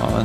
Ja,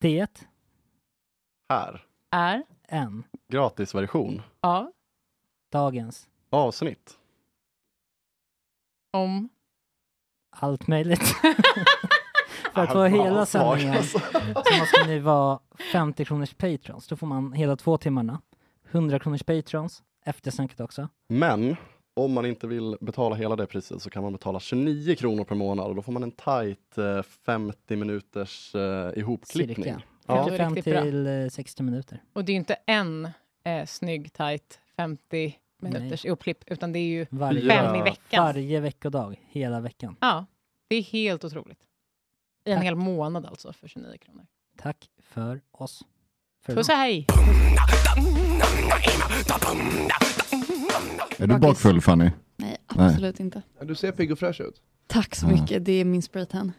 Det Här. Är? en Gratisversion. Ja. dagens Avsnitt. Om? allt möjligt. För att få Ah, hela vad svag, sändningen alltså. så måste ni vara 50 kronors patrons. Då får man hela två timmarna. 100 kronors patrons, eftersnacket också. Men om man inte vill betala hela det priset så kan man betala 29 kronor per månad och då får man en tajt eh, 50 minuters eh, ihopklippning. Cirka. Ja. 55 Riktigt bra. till eh, 60 minuter. Och det är ju inte en eh, snygg, tajt 50 minuters uppklipp, utan det är ju Varje, Fyra. fem i veckan. varje veckodag, hela veckan. Ja, det är helt otroligt. I en hel månad alltså, för 29 kronor. Tack för oss. Puss och hej! Är du bakfull Fanny? Nej, Nej. absolut inte. Du ser pigg och fräsch ut. Tack så Ja. mycket, det är min spraytan.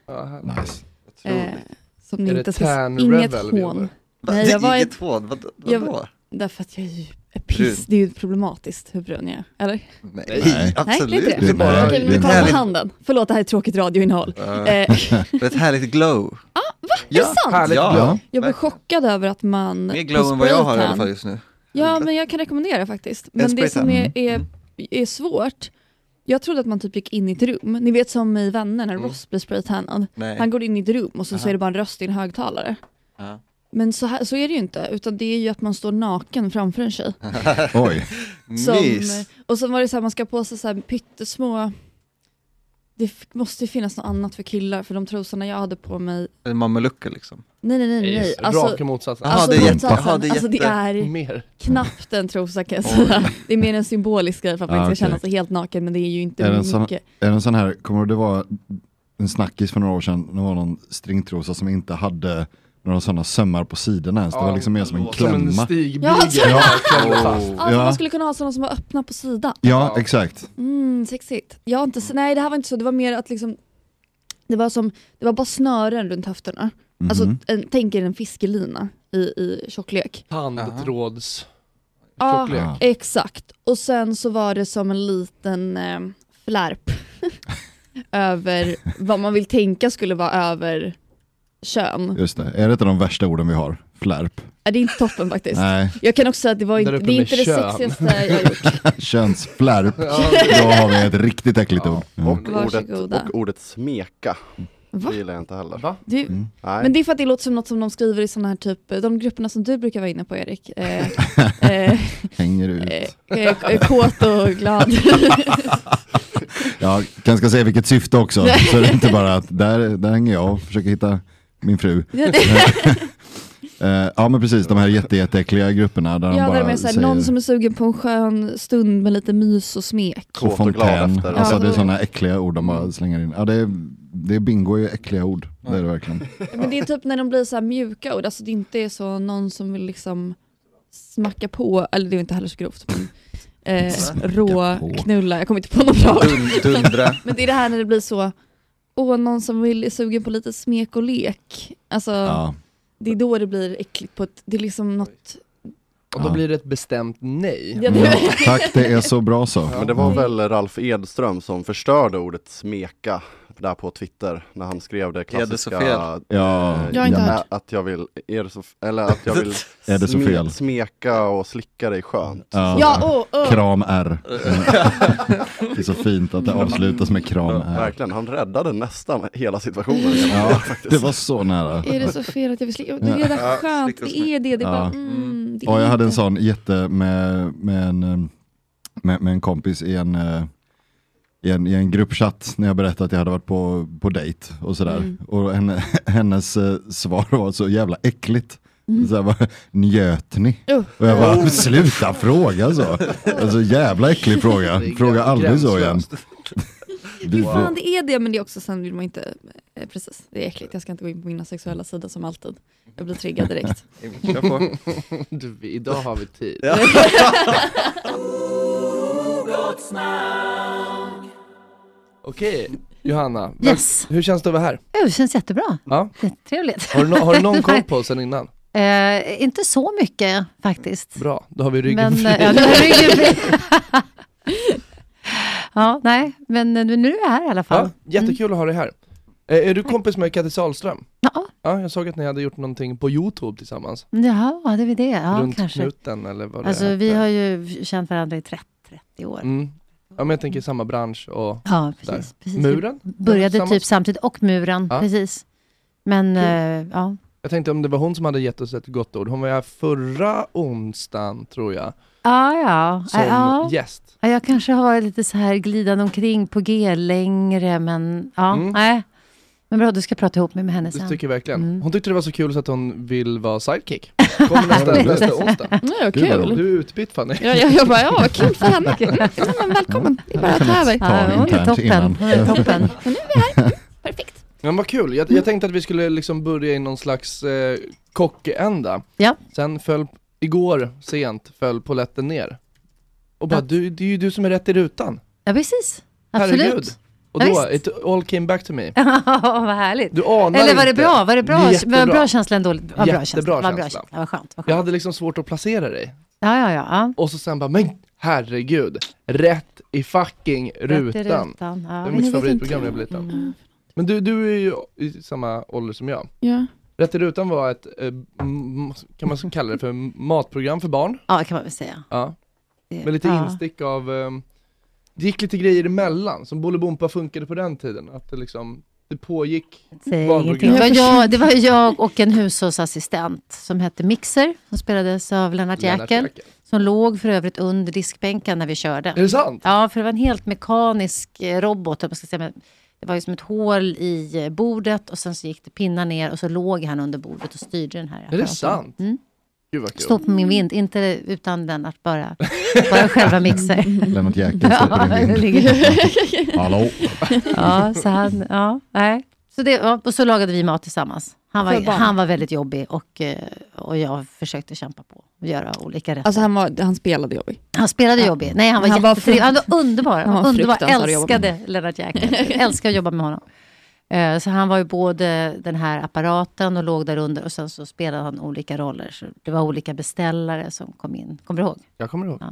Nice. Eh, som ni Är det inte ska... tan Inget rebel vi hån. gillar? Nej, jag var Inget ett... hån, vad, jag- vadå? Därför att jag är ju är piss, det är ju problematiskt hur brun jag är, eller? Nej, Nej, det är absolut inte det. bara- Okej, det är men ett kolla på härligt- handen. Förlåt, det här är tråkigt radioinnehåll. Eh, Det är ett härligt glow. Är det sant? härligt Ja. glow. Jag blev chockad över att man... Mer på glow än vad jag har i alla spraytan- fall just nu. Ja, men jag kan rekommendera faktiskt. Men det spraytan. som är, Mm. är, är svårt, jag trodde att man typ gick in i ett rum. Ni vet som i Vänner när Ross blir spraytannad. Nej. Han går in i ett rum och så, så Aha. är det bara en röst i en högtalare. Ja. Men så, här, så är det ju inte, utan det är ju att man står naken framför en tjej. Oj. Som, och sen var det så här, man ska ha på sig så här pyttesmå, det f- måste ju finnas något annat för killar, för de trosorna jag hade på mig, En mamelucka liksom. nej nej nej nej. Alltså, Raka motsatsen. alltså, Jaha, det är jätte- motsatsen, jaha, det är alltså det jätte- är Mer. knappt en trosa kan jag säga. Det är mer en symbolisk grej för att man Ah, inte ska okej. känna sig helt naken, men det är ju inte Är det, en mycket. sån, är det en sån här, kommer det vara en snackis för några år sedan, det var någon stringtrosa som inte hade några sådana sömmar på sidorna ens, det var liksom mer som en Som en klämma. stigbygel. Ja, alltså- Ja. Klämde fast. Alltså, Ja. Man skulle kunna ha sådana som var öppna på sidan. Ja, exakt. Mm, sexigt. Jag har inte, s- nej det här var inte så, det var mer att liksom Det var som, det var bara snören runt höfterna. Mhm. Alltså en, tänk er en fiskelina i, i tjocklek. Tandtråds... Ja, Tjocklek. exakt. Och sen så var det som en liten eh, flärp över vad man vill tänka skulle vara över kön. Just det, är det ett av de värsta orden vi har? Flärp. Äh, det är inte toppen faktiskt. Nej, Jag kan också säga att det, var Där inte, uppe det är med inte det kön. sexigaste jag har gjort. könsflärp. Då har vi ett riktigt äckligt ord. Ja. Och ordet, Varsågoda. och ordet smeka. Va? Det gillar jag inte heller. Va? Du, Mm. Nej. Men det är för att det låter som något som de skriver i sådana här typ, de grupperna som du brukar vara inne på Erik. Eh, eh, Hänger ut. eh, eh, kåt och glad. Jag kanske ska säga vilket syfte också, så det är inte bara att där, där hänger jag och försöker hitta min fru. Eh, ja men precis, de här jätte, jätteäckliga grupperna där de ja, bara där de är såhär, säger någon som är sugen på en skön stund med lite mys och smek. och Kåt och glad fontän. efter. Alltså Ja. det är sådana äckliga ord de bara slänger in. Ja, det, är, det är bingo är ju äckliga ord, det är det verkligen. Men det är typ när de blir så här mjuka ord, alltså det inte är så någon som vill liksom smacka på, eller det är inte heller så grovt, men eh, rå, på. knulla, jag kommer inte på något bra ord. Dun, dundra. Men det är det här när det blir så, åh någon som vill, är sugen på lite smek och lek. Alltså, Ja. det är då det blir äckligt på ett, det är liksom något, Och då Ja. blir det ett bestämt nej. ja, Mm. det, Tack, det är så bra så. Mm. Men det var väl Ralf Edström som förstörde ordet smeka där på Twitter när han skrev det Är det så klassiska fel? Ja, eh, Jag har inte ä- hört. att jag vill, är det så, f- eller att jag vill Är det så sme- fel? smeka och slicka dig skönt. Ja. ja, åh, åh. Kram R. Det är så fint att det avslutas med kram R. Verkligen, han räddade nästan hela situationen. Ja, det var så nära. Är det så fel att jag vill slicka? Det är Ja, där skönt, slicka och det är det, det är bara, Ja. mm, det är Ja, jag hade en inte. sån jätte med, med, en, eh, med, med en kompis i en, eh, i en, i en gruppchatt när jag berättade att jag hade varit på, på dejt och sådär. Mm. Och henne, hennes eh, svar var så jävla äckligt. Mm. Så här bara, njöt ni? Uh. Och jag bara, sluta fråga så. Alltså jävla äcklig fråga. Fråga aldrig så igen. gränslöst. Jo, Vidrigt. fan, det är det, men det är också sen vill man inte, eh, precis, det är äckligt, jag ska inte gå in på mina sexuella sidor som alltid. Jag blir triggad direkt. Kör på. Du, idag har vi tid. Okej, Johanna. vem- Yes. Hur känns det att vara här? Det känns jättebra. Ja. Trevligt. Har, du no- har du någon koll på oss sen innan? Eh, inte så mycket faktiskt. Bra, då har vi ryggen Men, fri. eh, ja, nu är ryggen fri. ja, nej, men eh, nu är jag här i alla fall. Mm. Ja, jättekul att ha dig här. Eh, Är du kompis med Kattis Ahlström? Ja. Ja, jag såg att ni hade gjort någonting på Youtube tillsammans. Jaha, hade vi det? Ja, Runt kanske. knuten eller vad det Alltså, hette. vi har ju känt varandra i 30, 30 år. Mm. Ja, men jag tänker samma bransch och... Ja, där. precis. precis. Muren? Vi började Samma- typ samtidigt, och muren, Ja. precis. Men, eh, ja. Jag tänkte om det var hon som hade gett oss ett gott ord. Hon var här förra onsdagen, tror jag, Ja, ja. som ja. gäst. Ja, jag kanske har varit lite så här glidande omkring på G längre, men ja, Mm. nej. Men bra, du ska prata ihop mig med henne Det sen. tycker jag verkligen. Mm. Hon tyckte det var så kul så att hon vill vara sidekick. Kommer nästa, nästa onsdag. Ja, ja, Gud, vad kul. roligt. Du är utbytt Fanny. Ja, ja, jag bara, ja, vad kul för henne. Ja, men välkommen, det är bara att ta över. Ta Ja, hon är internt toppen. innan. Hon är toppen. Perfekt. Men vad kul, jag, jag tänkte att vi skulle liksom börja i någon slags eh, kockända. Ja. Sen föll, igår sent, föll poletten ner. Och bara, Ja. du, det är ju du som är rätt i rutan. Ja, precis. Absolut. Herregud. Och Ja, då, visst. it all came back to me. Ja, vad härligt. Du anar Eller var det inte. bra? Var det bra? Jättebra. Var det bra känsla ändå? Var bra känsla. Jättebra Var bra känsla. känsla. Vad skönt. Jag hade liksom svårt att placera dig. Ja, ja, ja. ja. Och så sen bara, men herregud, rätt i fucking Rätt i rutan. rutan, ja. Det var Men jag vet mitt favoritprogram inte. när jag blev Mm. Mm. liten. Men du, du är ju i samma ålder som jag. Ja. Rätt i rutan var ett, eh, m- kan man kalla det för matprogram för barn? Ja, kan man väl säga. Ja. Det- Med lite ja. instick av, ehm, det gick lite grejer emellan, som Bolibompa funkade på den tiden. Att det liksom, det pågick Säg ingenting. Det var, jag, det var jag och en hushållsassistent som hette Mixer, som spelades av Lennart Lennart Jäkel, Jähkel. som låg för övrigt under diskbänken när vi körde. Är det sant? Ja, för det var en helt mekanisk eh, robot, om jag ska säga. Men det var ju som ett hål i eh, bordet och sen så gick det pinnar ner och så låg han under bordet och styrde den här. Är det apparaten. sant? Mm. Gud vad kul. Stå på min vind, inte utan Lennart, bara, bara själva Mixer. Lennart Jähkel står på din Ja, vind. det ligger- Hallå? Ja, så han, ja, nej. Så det, ja, och så lagade vi mat tillsammans. Han För var, barn. han var väldigt jobbig och, eh, och jag försökte kämpa på och göra olika rätter. Alltså han, var, han spelade jobbig. han spelade jobbig. Nej, han var Han var jättetrevlig. Han frukt- var underbar. Han Han var var underbar. fruktansvärd att jobba Mm. Älskade med. Lennart Jähkel. Älskade att jobba med honom. Eh, Så han var ju både den här apparaten och låg där under och sen så spelade han olika roller. Så det var olika beställare som kom in. Kommer du ihåg? Jag kommer ihåg. Ja.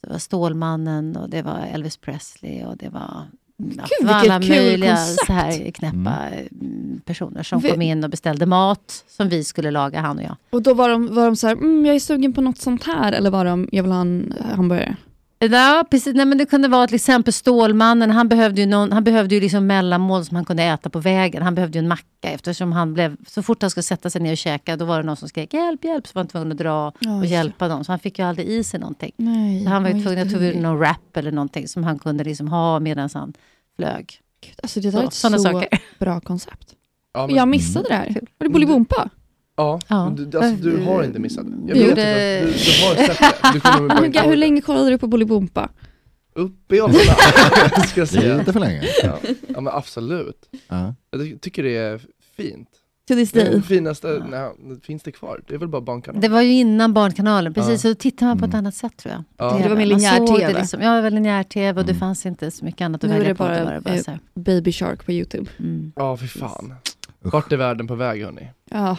Så det var Stålmannen och det var Elvis Presley och det var ja, Gud, det var alla vilket kul möjliga koncept. så här knäppa mm. personer som Vi- kom in och beställde mat som vi skulle laga, han och jag. Och då var de, var de så här, mm, jag är sugen på något sånt här, eller var de, jag vill ha en eh, hamburgare? Ja, precis. Nej, men det kunde vara till exempel Stålmannen, han behövde ju, någon, han behövde ju liksom mellanmål som han kunde äta på vägen. Han behövde ju en macka eftersom han blev, så fort han skulle sätta sig ner och käka, då var det någon som skrek hjälp, hjälp, så var han tvungen att dra Oj. och hjälpa dem. Så han fick ju aldrig i sig någonting. Nej, så han var ju oj, tvungen att ta ur hungrig. någon wrap eller någonting som han kunde liksom ha medan han flög. Alltså det där är ett så sådana saker. bra koncept. Ja, Och Jag missade det här. Mm. Var det Bolibompa? Ja, Ja. men Du, alltså, du har inte missat det. Jag vet gjorde- inte, du, du har sett det. Du kommer väl bara Hur, inte ga- hur ihåg det. länge kollade du på Bolibompa? Uppe i Arlanda, ska jag säga. Lite för länge. Ja, ja men absolut. Ja. Jag ty- tycker det är fint. To this Det är day. det finaste, nej, finns det kvar? Det är väl bara barnkanal? Det var ju innan Barnkanalen, precis. Ja. Så då tittar man på Mm. ett annat sätt tror jag. Ja. TV. Det var mer Man såg linjär-TV. det Liksom, ja, det var linjär-tv och Mm. det fanns inte så mycket annat att Nu är välja det på. bara, det var bara eh, så här. Baby Shark på YouTube. Ja, fy fan. Vart är världen på väg hörni? Ja,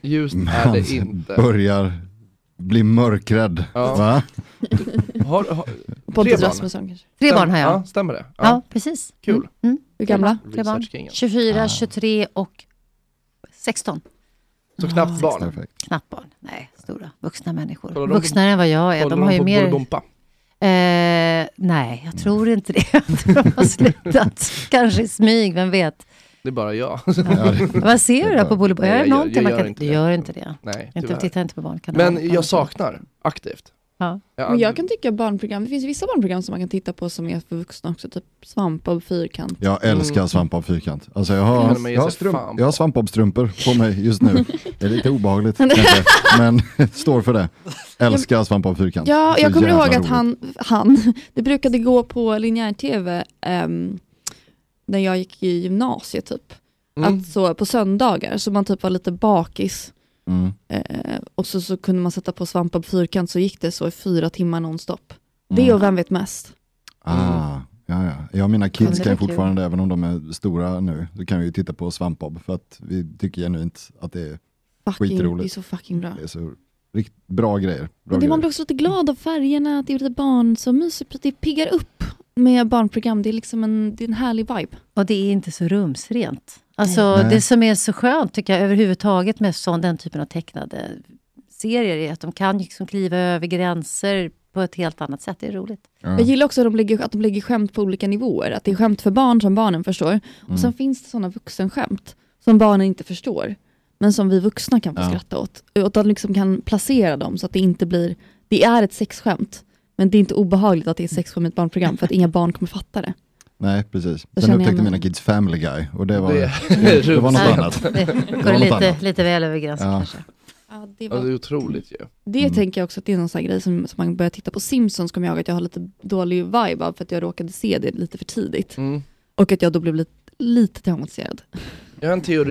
Ljust är Han det inte. börjar bli mörkrädd. Ja. Va? Har, har, Pontus Rasmusson kanske. Tre barn har jag. Ja, stämmer det? Ja, precis. Kul. Mm, mm. Hur gamla? Tre barn. Research kingen. 24, 23 och 16. Så knappt barn. Perfekt. Knappt barn. Nej, stora vuxna människor. Kollar de på- Vuxnare än vad jag är. Kollar De har ju på mer... Bolibompa? Eh, nej, jag tror inte det. Jag tror de har slutat. Kanske i smyg, vem vet. Det är bara jag. Vad ser du där på Bolibompa? Nej, Är jag- det jag någonting man gör kan... inte Du det. gör inte det. Nej, Inte, tyvärr. titta inte på Barnkanalen. Men jag saknar aktivt. Ja. Ja, Men jag kan tycka barnprogram, det finns vissa barnprogram som man kan titta på som är för vuxna också, typ Svampa och Fyrkant. Jag älskar svampbob fyrkant. Alltså jag har, Men man ger Mm. jag har, sig fan strump, på. jag har svampbobbstrumpor på mig just nu. Det är lite obehagligt kanske, men står för det. Älskar svampbob fyrkant. Ja, Så jag kommer jävla ihåg att roligt. han, han, det brukade gå på linjär-tv ehm, när jag gick i gymnasiet typ. Mm. Att så, på söndagar, så man typ var lite bakis Mm. eh, och så, så kunde man sätta på Svampa på Fyrkant så gick det så i fyra timmar nonstop. Det Mm. och Vem vet mest? Mm. Ah, ja, ja. ja, mina Ja, kids det kan var ju kul. fortfarande, även om de är stora nu, så kan vi ju titta på svampbob för att vi tycker genuint att det är Fucking, det är Skitroligt. så fucking bra. Det är så rikt, bra grejer. Bra Men det, man blir grejer. också lite glad av färgerna, att det är lite barn så mysigt, det piggar upp med barnprogram, det är liksom en, det är en härlig vibe. Och det är inte så rumsrent. Alltså, Nej. det som är så skönt tycker jag överhuvudtaget med sån, den typen av tecknade serier är att de kan liksom kliva över gränser på ett helt annat sätt. Det är roligt. Ja. Jag gillar också att de, lägger, att de lägger skämt på olika nivåer, att det är skämt för barn som barnen förstår, och Mm. sen finns det sådana vuxenskämt som barnen inte förstår, men som vi vuxna kan få Ja. skratta åt. Och att de liksom kan placera dem så att det inte blir, det är ett sexskämt, men det är inte obehagligt att det är sexskämt i ett barnprogram, för att inga barn kommer fatta det. Nej, precis. Då Sen känner jag upptäckte mig- mina kids Family Guy och det var, Det- det, det, var något Nej, annat. Det var går något lite, annat. lite väl över gränsen Ja. kanske. Ja, det Ja, det är otroligt ju. Det tänker jag också att det är någon sån här grej som, som man börjar titta på Simpsons kommer jag ihåg att jag har lite dålig vibe av för att jag råkade se det lite för tidigt. Mm. Och att jag då blev lite, lite traumatiserad. Jag har en teori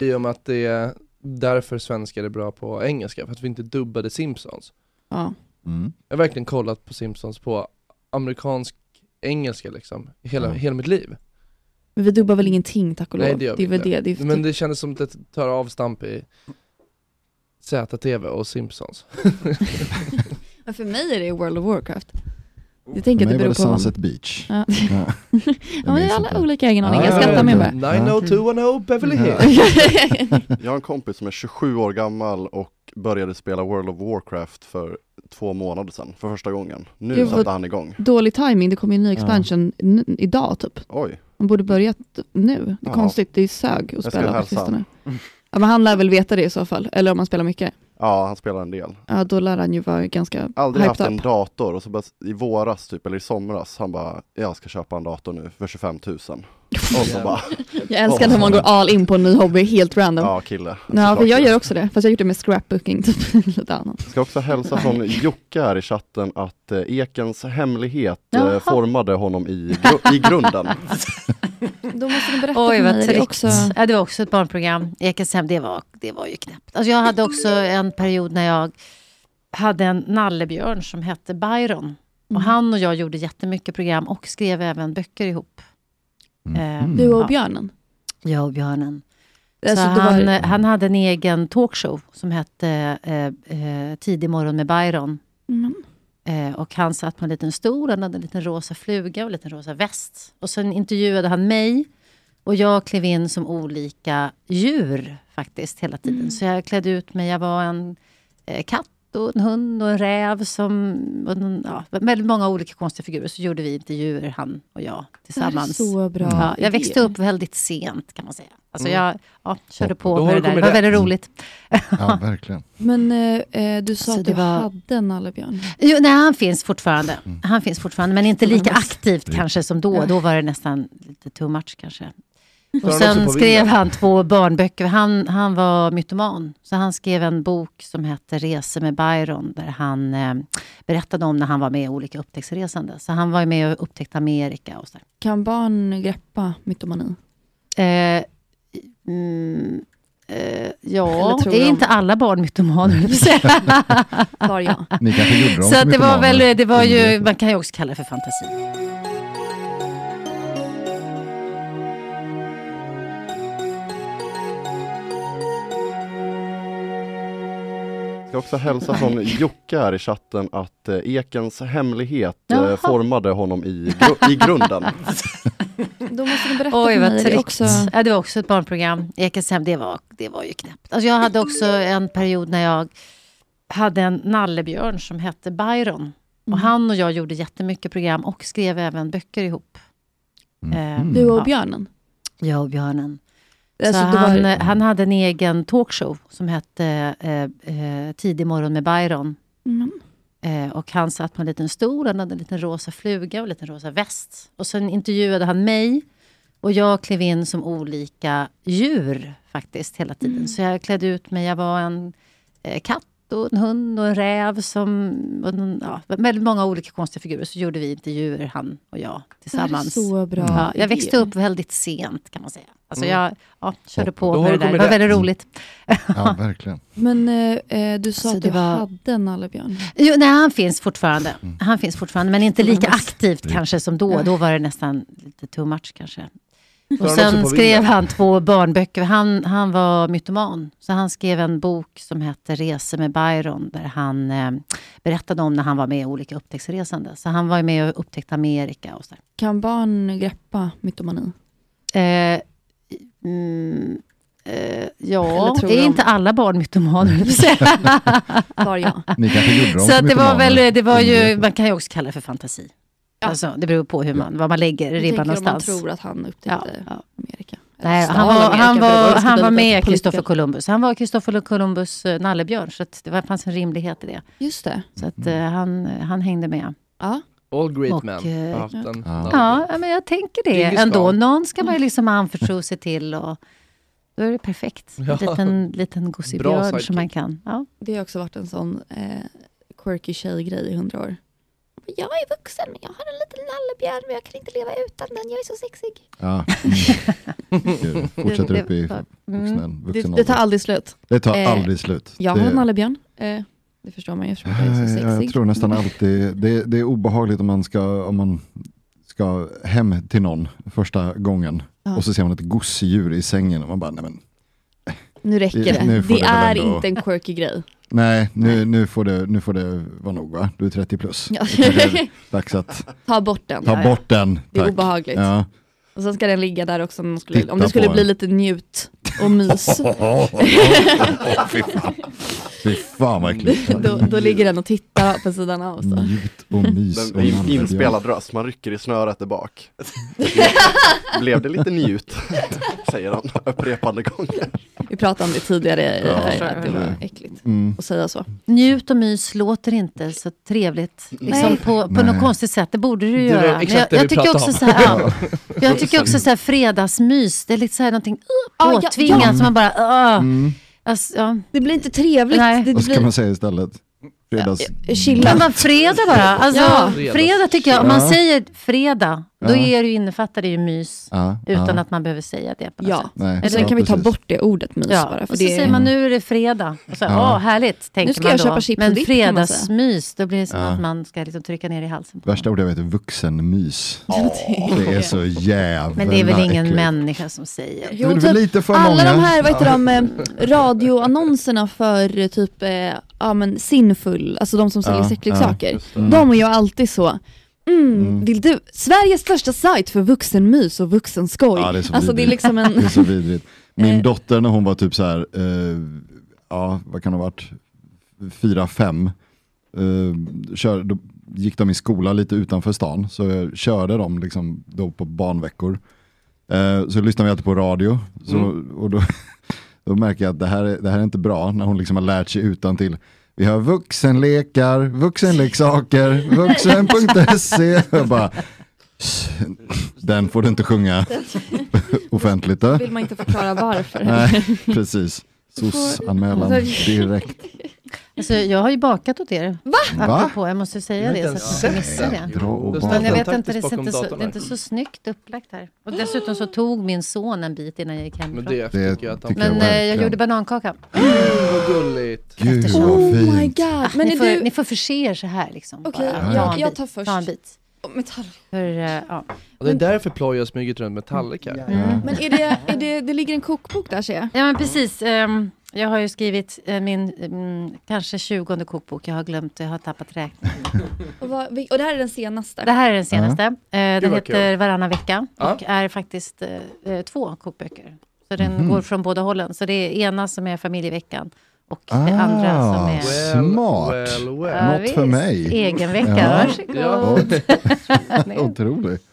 I och med att det är därför svenskar är bra på engelska, för att vi inte dubbade Simpsons. Ja. Mm. Jag har verkligen kollat på Simpsons på amerikansk engelska liksom, hela, Ja. hela mitt liv. Men vi dubbar väl ingenting tack och lov? gör det vi är väl inte. det. det är typ- Men det kändes som att det tar avstamp i ZTV och Simpsons. Men för mig är det World of Warcraft. Jag tänker att För det mig var beror på det Sunset vad- Beach. Ja. Ja. ja, men minns vi har alla inte. olika egenordningar. Ja, Jag jag skrattar vet med inte. bara. 90210 Beverly Jag har en kompis som är 27 år gammal och började spela World of Warcraft för två månader sedan, för första gången. Nu Gud, vad satte han igång. Dålig timing. det kommer ju en ny expansion n- idag typ. Oj. Man borde börjat nu. Det är Ja. konstigt, det är sög Jag att ska spela på hälsa. sistone. Ja, men han lär väl veta det i så fall, eller om han spelar mycket. Ja, han spelar en del. Ja, då lär han ju vara ganska Aldrig haft hyped en up. dator och så bara, i våras typ, eller i somras, han bara, jag ska köpa en dator nu för 25 000. Och så bara, Jag älskar att man går all in på en ny hobby, helt random. ja kille. Ja, för såklart. jag gör också det, fast jag har gjort det med scrapbooking, typ lite annat. Ska också hälsa från Jocke här i chatten att eh, Ekens hemlighet eh, Jaha. formade honom i, gru- i grunden. Då måste du berätta Oj, för vad mig. Det är trist. också... Ja, det var också ett barnprogram. Ekens hem, det var, det var ju knäppt. Alltså, jag hade också en period när jag hade en nallebjörn som hette Byron. Mm. Och han och jag gjorde jättemycket program och skrev även böcker ihop. Mm. Eh, Du och ja. björnen? Jag och björnen. Alltså, så det var- han, eh, han hade en egen talkshow som hette eh, eh, Tidig morgon med Byron. Mm. Eh, och han satt på en liten stol, han hade en liten rosa fluga och en liten rosa väst. Och sen intervjuade han mig. Och jag klev in som olika djur faktiskt hela tiden. Mm. Så jag klädde ut mig, jag var en eh, katt och en hund och en räv. Som, och en, ja, väldigt många olika konstiga figurer. Så gjorde vi intervjuer, han och jag tillsammans. så bra ja, jag idé. växte upp väldigt sent kan man säga. Alltså Mm. jag ja, körde Då på har med du det där. Det kommit Mm. var rätt. väldigt roligt. Ja, verkligen. Men eh, eh, du sa Alltså, att du det var- hade en nallebjörn. Jo, nej, han finns fortfarande. Mm. Han finns fortfarande, men inte lika aktivt kanske som då. Ja. Då var det nästan lite too much kanske. han Och också sen på skrev vinden? han två barnböcker. Han, han var mytoman, så han skrev en bok som hette Resor med Byron, där han eh, berättade om när han var med i olika upptäcktsresande. Så han var ju med och upptäckte Amerika och så där. Kan barn greppa mytomani? Eh, mm, eh, ja, Eller tror är de- inte alla barn mytomaner? höll jag på att säga. Bara jag. Ni kanske gjorde dem Så att det var väl, eh, det var ju, Ingrid. man kan ju också kalla det för fantasi. Ska också hälsa från Jocke här i chatten att eh, Ekens hemlighet eh, Jaha. formade honom i, gru- i grunden. Då måste du berätta Oj, för vad mig. Det är trist. också... Ja, det var också ett barnprogram. Ekens hem, det var, det var ju knäppt. Alltså, jag hade också en period när jag hade en nallebjörn som hette Byron. Mm. Och han och jag gjorde jättemycket program och skrev även böcker ihop. Eh, Mm. Du ja. och björnen? Jag och björnen. Alltså, så det var- han, eh, han hade en egen talkshow som hette eh, eh, Tidig morgon med Byron. Mm. Eh, och han satt på en liten stol, han hade en liten rosa fluga och en liten rosa väst. Och sen intervjuade han mig. Och jag klev in som olika djur faktiskt hela tiden. Mm. Så jag klädde ut mig, jag var en eh, katt och en hund och en räv. Som, och en, ja, väldigt många olika konstiga figurer. Så gjorde vi intervjuer, han och jag tillsammans. så bra ja, jag växte idé. upp väldigt sent kan man säga. Alltså Mm. jag ja, körde Då på har med det du där. Det kommit var väldigt rätt. roligt. Ja, verkligen. Men eh, eh, du sa Alltså, att du det var- hade en nallebjörn. Jo, nej, han finns fortfarande. Han finns fortfarande, men inte lika aktivt Det- kanske som då. Ja. Då var det nästan lite too much kanske. han Och också på sen vinden? skrev han två barnböcker. Han, han var mytoman, så han skrev en bok som hette Resor med Byron, där han eh, berättade om när han var med i olika upptäcktsresande. Så han var ju med och upptäckte Amerika och så där. Kan barn greppa mytomani? Eh, mm, eh, ja, Eller tror är de- inte alla barn mytomaner? höll jag på att säga. Var jag. Ni kanske gjorde dem Så att som det var mytomaner. väl, det var ju, Underlättar. man kan ju också kalla det för fantasi. Alltså, det beror på hur man, var man lägger Jag ribban tänker om man någonstans. tror att han upptäckte Amerika. Nej, Eller han stan var, Amerika, han för det var, också han var väldigt med politiker. Kristoffer Columbus. Han var Kristoffer Columbus eh, nallebjörn, så att det var, fanns en rimlighet i det. Just det. Så att eh, han, han hängde med. Ja. All great Och, men eh, har haft en Ja, nallebjörn. men jag tänker det Djingis ändå. khan. Någon ska Mm. man ju liksom anförtro sig till och då är det perfekt. En Ja. liten, liten Bra gossebjörn sidekick. som man kan. Ja. Det har också varit en sån eh, quirky tjejgrej i hundra år. Jag är vuxen men jag har en liten nallebjörn men jag kan inte leva utan den, jag är så sexig. Ja. Kul. Fortsätter upp i Mm. vuxen, vuxen det, det tar ålder. aldrig slut. Eh, Det tar aldrig slut. Jag har Det- en nallebjörn. Eh, det förstår man ju eftersom jag är så Nej, sexig. Mm. Jag tror nästan alltid, det, det är obehagligt om man ska, om man ska hem till någon första gången Ja. och så ser man ett gosedjur i sängen och man bara, nej men Nu räcker I- det. nu Det, får det väl är ändå- inte en quirky grej. nej, nu, nu, får, det, nu får det vara nog va? Du är 30 plus. Ja. Det kanske är Dags att Ta bort den. ta bort den. Det är tack. obehagligt. Ja. Och sen ska den ligga där också om, man skulle, Titta om det skulle på bli den. lite njut och mys. Fy fan. Fy fan vad äckligt. då, då ligger den och tittar på sidan av. Så. Njut och mys. Den och in, nallebjörn. inspelad röst, man rycker i snöret där bak. Blev det lite njut? Säger han upprepande gånger. Vi pratade om det tidigare, Ja. eh, att det var äckligt Mm. att säga så. Njut och mys låter inte så trevligt. Liksom Nej. på på Nej. något konstigt sätt, det borde du Det ju var göra. Men exakt det jag, vi jag tycker pratade också om. så här, ja. Ja. Jag tycker också så här fredagsmys, det är lite så här någonting uh, Ja, ja, påtvingat ja. som man bara, ah. Mm. alltså, ja. Det blir inte trevligt. Det Vad blir... ska man säga istället? Fredags... Chilla. Men bara fredag bara. Alltså, Ja. Fredag tycker jag, om man Ja. säger fredag, då Ja. är det ju innefattar det ju mys. Ja, Utan ja. att man behöver säga det på något Ja, sätt. Nej, Eller- sen kan vi ta bort det ordet mys Ja, bara. För och så det... säger man nu är det fredag. Och så, Ja. ja. härligt, tänker Nu ska man jag då. köpa chips och Men dipp, kan man säga. fredagsmys, då blir det som Ja. att man ska liksom trycka ner i halsen. Värsta ordet jag vet är vuxenmys. Ja, det är- Det är så jävla Men det är väl ingen äckligt. människa som säger. Jo, Det är väl typ lite för Alla många. de här vad heter Ja. de, eh, radioannonserna för eh, typ eh, ja, men sinfull, alltså de som säljer Ja, ja, sexleksaker. just det. de är ju alltid så. Mm, Mm. Vill du, Sveriges största sajt för vuxenmys och vuxenskoj. Ja, det är så alltså det är vidrigt. liksom en... Eh. Det är så vidrigt. Min dotter när hon var typ så här, eh, ja vad kan det ha varit, fyra, fem, eh, kör, då gick de i skola lite utanför stan, så jag körde de liksom då på barnveckor. Eh, så lyssnade vi alltid på radio, så, Mm. och då, då märker jag att det här, är- det här är inte bra, när hon liksom har lärt sig utan till vi har vuxenlekar, vuxenleksaker, vuxen.se. Jag bara, den får du inte sjunga offentligt. Då. vill man inte förklara varför. Nej, precis. SOS-anmälan Alltså- direkt. Alltså, jag har ju bakat åt er. Va? Apropå, jag måste Jag säga har det inte ens så att jag sett missar den. det. Dra och baka. Men jag vet Taktiskt inte, det är bakom inte, så, datorn det är inte här. så snyggt upplagt här. Och dessutom så tog min son en bit innan jag gick hemifrån. Men det Det tycker jag att han- tycker jag Men eh, jag, verkligen. gjorde banankaka. Vad gulligt. Gud Oh my god. Men ni, är får, du- ni får förse er så här liksom. Okej, Bara jag- ta en jag bit, tar först. Ta en bit. Med tallrik. För, eh, ja. Mm. Och det är därför Ploy har smugit runt med tallrikar. Mm. Men är det, är det, det ligger en kokbok där ser jag. Ja, men precis. Ehm, jag har ju skrivit eh, min mm, kanske tjugonde kokbok. Jag har glömt, jag har tappat räkningen. Och, vad, vi- och det här är den senaste. Det här är den senaste. Eh, Gud, Den vad heter kul. Varannan vecka Ja. och är faktiskt eh, eh, två kokböcker. Så den Mhm. går från båda hållen. Så det är ena som är familjeveckan och Ah, det andra som är... smart. well, well. Ja, Något för visst. mig. Egen vecka, varsågod. Oj. Otroligt.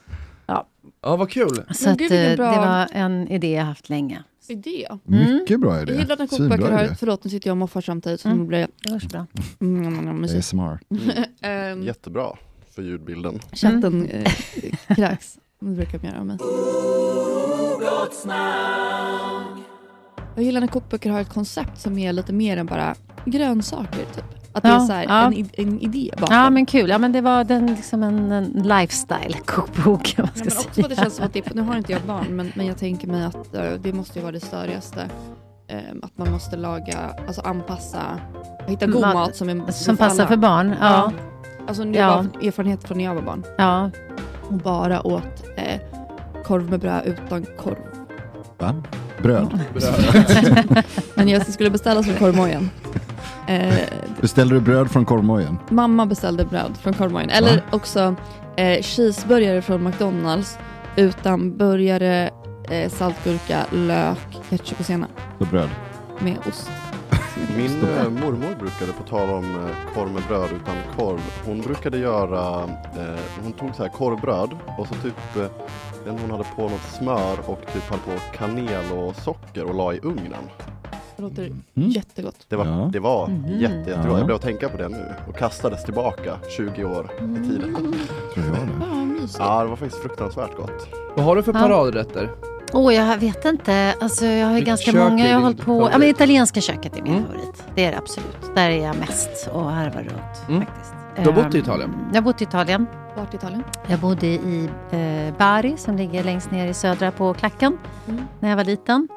Ja. ja, vad kul. Så att, gud, eh, vilken det bra- var en idé jag haft länge. Idé. Mycket bra idé. Jag gillar när Svinbra kokböcker har... idé. Förlåt, nu sitter jag och moffar samtidigt. Så Mm. nu blir jag... Det hörs bra. Mm, mm, mm, Det är smart. Ehm, Mm. Jättebra för ljudbilden. Chatten eh, kräks. Det brukar de göra om mig. Jag gillar när kokböcker har ett koncept som är lite mer än bara grönsaker. Typ. Att det Ja, är så här, ja. en, i- en idé bakom. Ja men kul, ja, men det var den, liksom en, en lifestyle-kokbok. Ja, Ja, men också att det känns som att det, nu har inte jag barn, men, men jag tänker mig att eh, det måste ju vara det störigaste. Ehm, att man måste laga, alltså anpassa, hitta god Mat- mat, som, är, Mm, som passar för barn, ja. Alltså det Ja. var erfarenhet från när jag var barn. Ja. Och bara åt eh, korv med bröd utan eh, korv. Va? Bröd? men jag skulle beställa som korvmojen. Eh, Beställde du bröd från korvmojen? mamma beställde bröd från korvmojen. Eller Va? också eh, cheeseburgare från McDonalds utan burgare, eh, saltgurka, lök, ketchup och senap. Så bröd? Med ost. Min eh, mormor brukade, på tal om eh, korv med bröd utan korv, hon brukade göra, eh, hon tog så här korvbröd och så typ, eh, den hon hade på något smör och typ höll på kanel och socker och la i ugnen. Det låter Mm. jättegott. Det var, det var Mhm. jätte, jättebra. Ja. Jag blev att tänka på det nu och kastades tillbaka 20 år Mm. i tiden. Tror jag det. Ja, det var faktiskt fruktansvärt gott. Vad har du för Ja. paradrätter? Åh, jag vet inte. Alltså, jag har ju Vilket ganska kök många. är Jag har din hållit på... favorit? Ja, men italienska köket är min Mm. favorit. Det är det absolut. Där är jag mest och harvar runt. Mm. Du har Ehm, bott i Italien? Jag har bott i Italien. Vart i Italien? Jag bodde i eh, Bari som ligger längst ner i södra på klacken Mm. när jag var liten.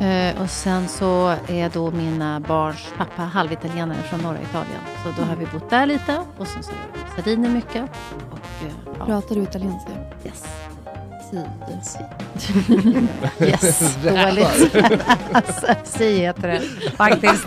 Eh, och sen så är då mina barns pappa halvitalienare från norra Italien. Så då har vi bott där lite och sen så har vi bott i Sardinien mycket. Och, eh, ja. Pratar du italienska? Yes. Si. Yes, Rätt dåligt. alltså, si heter det faktiskt.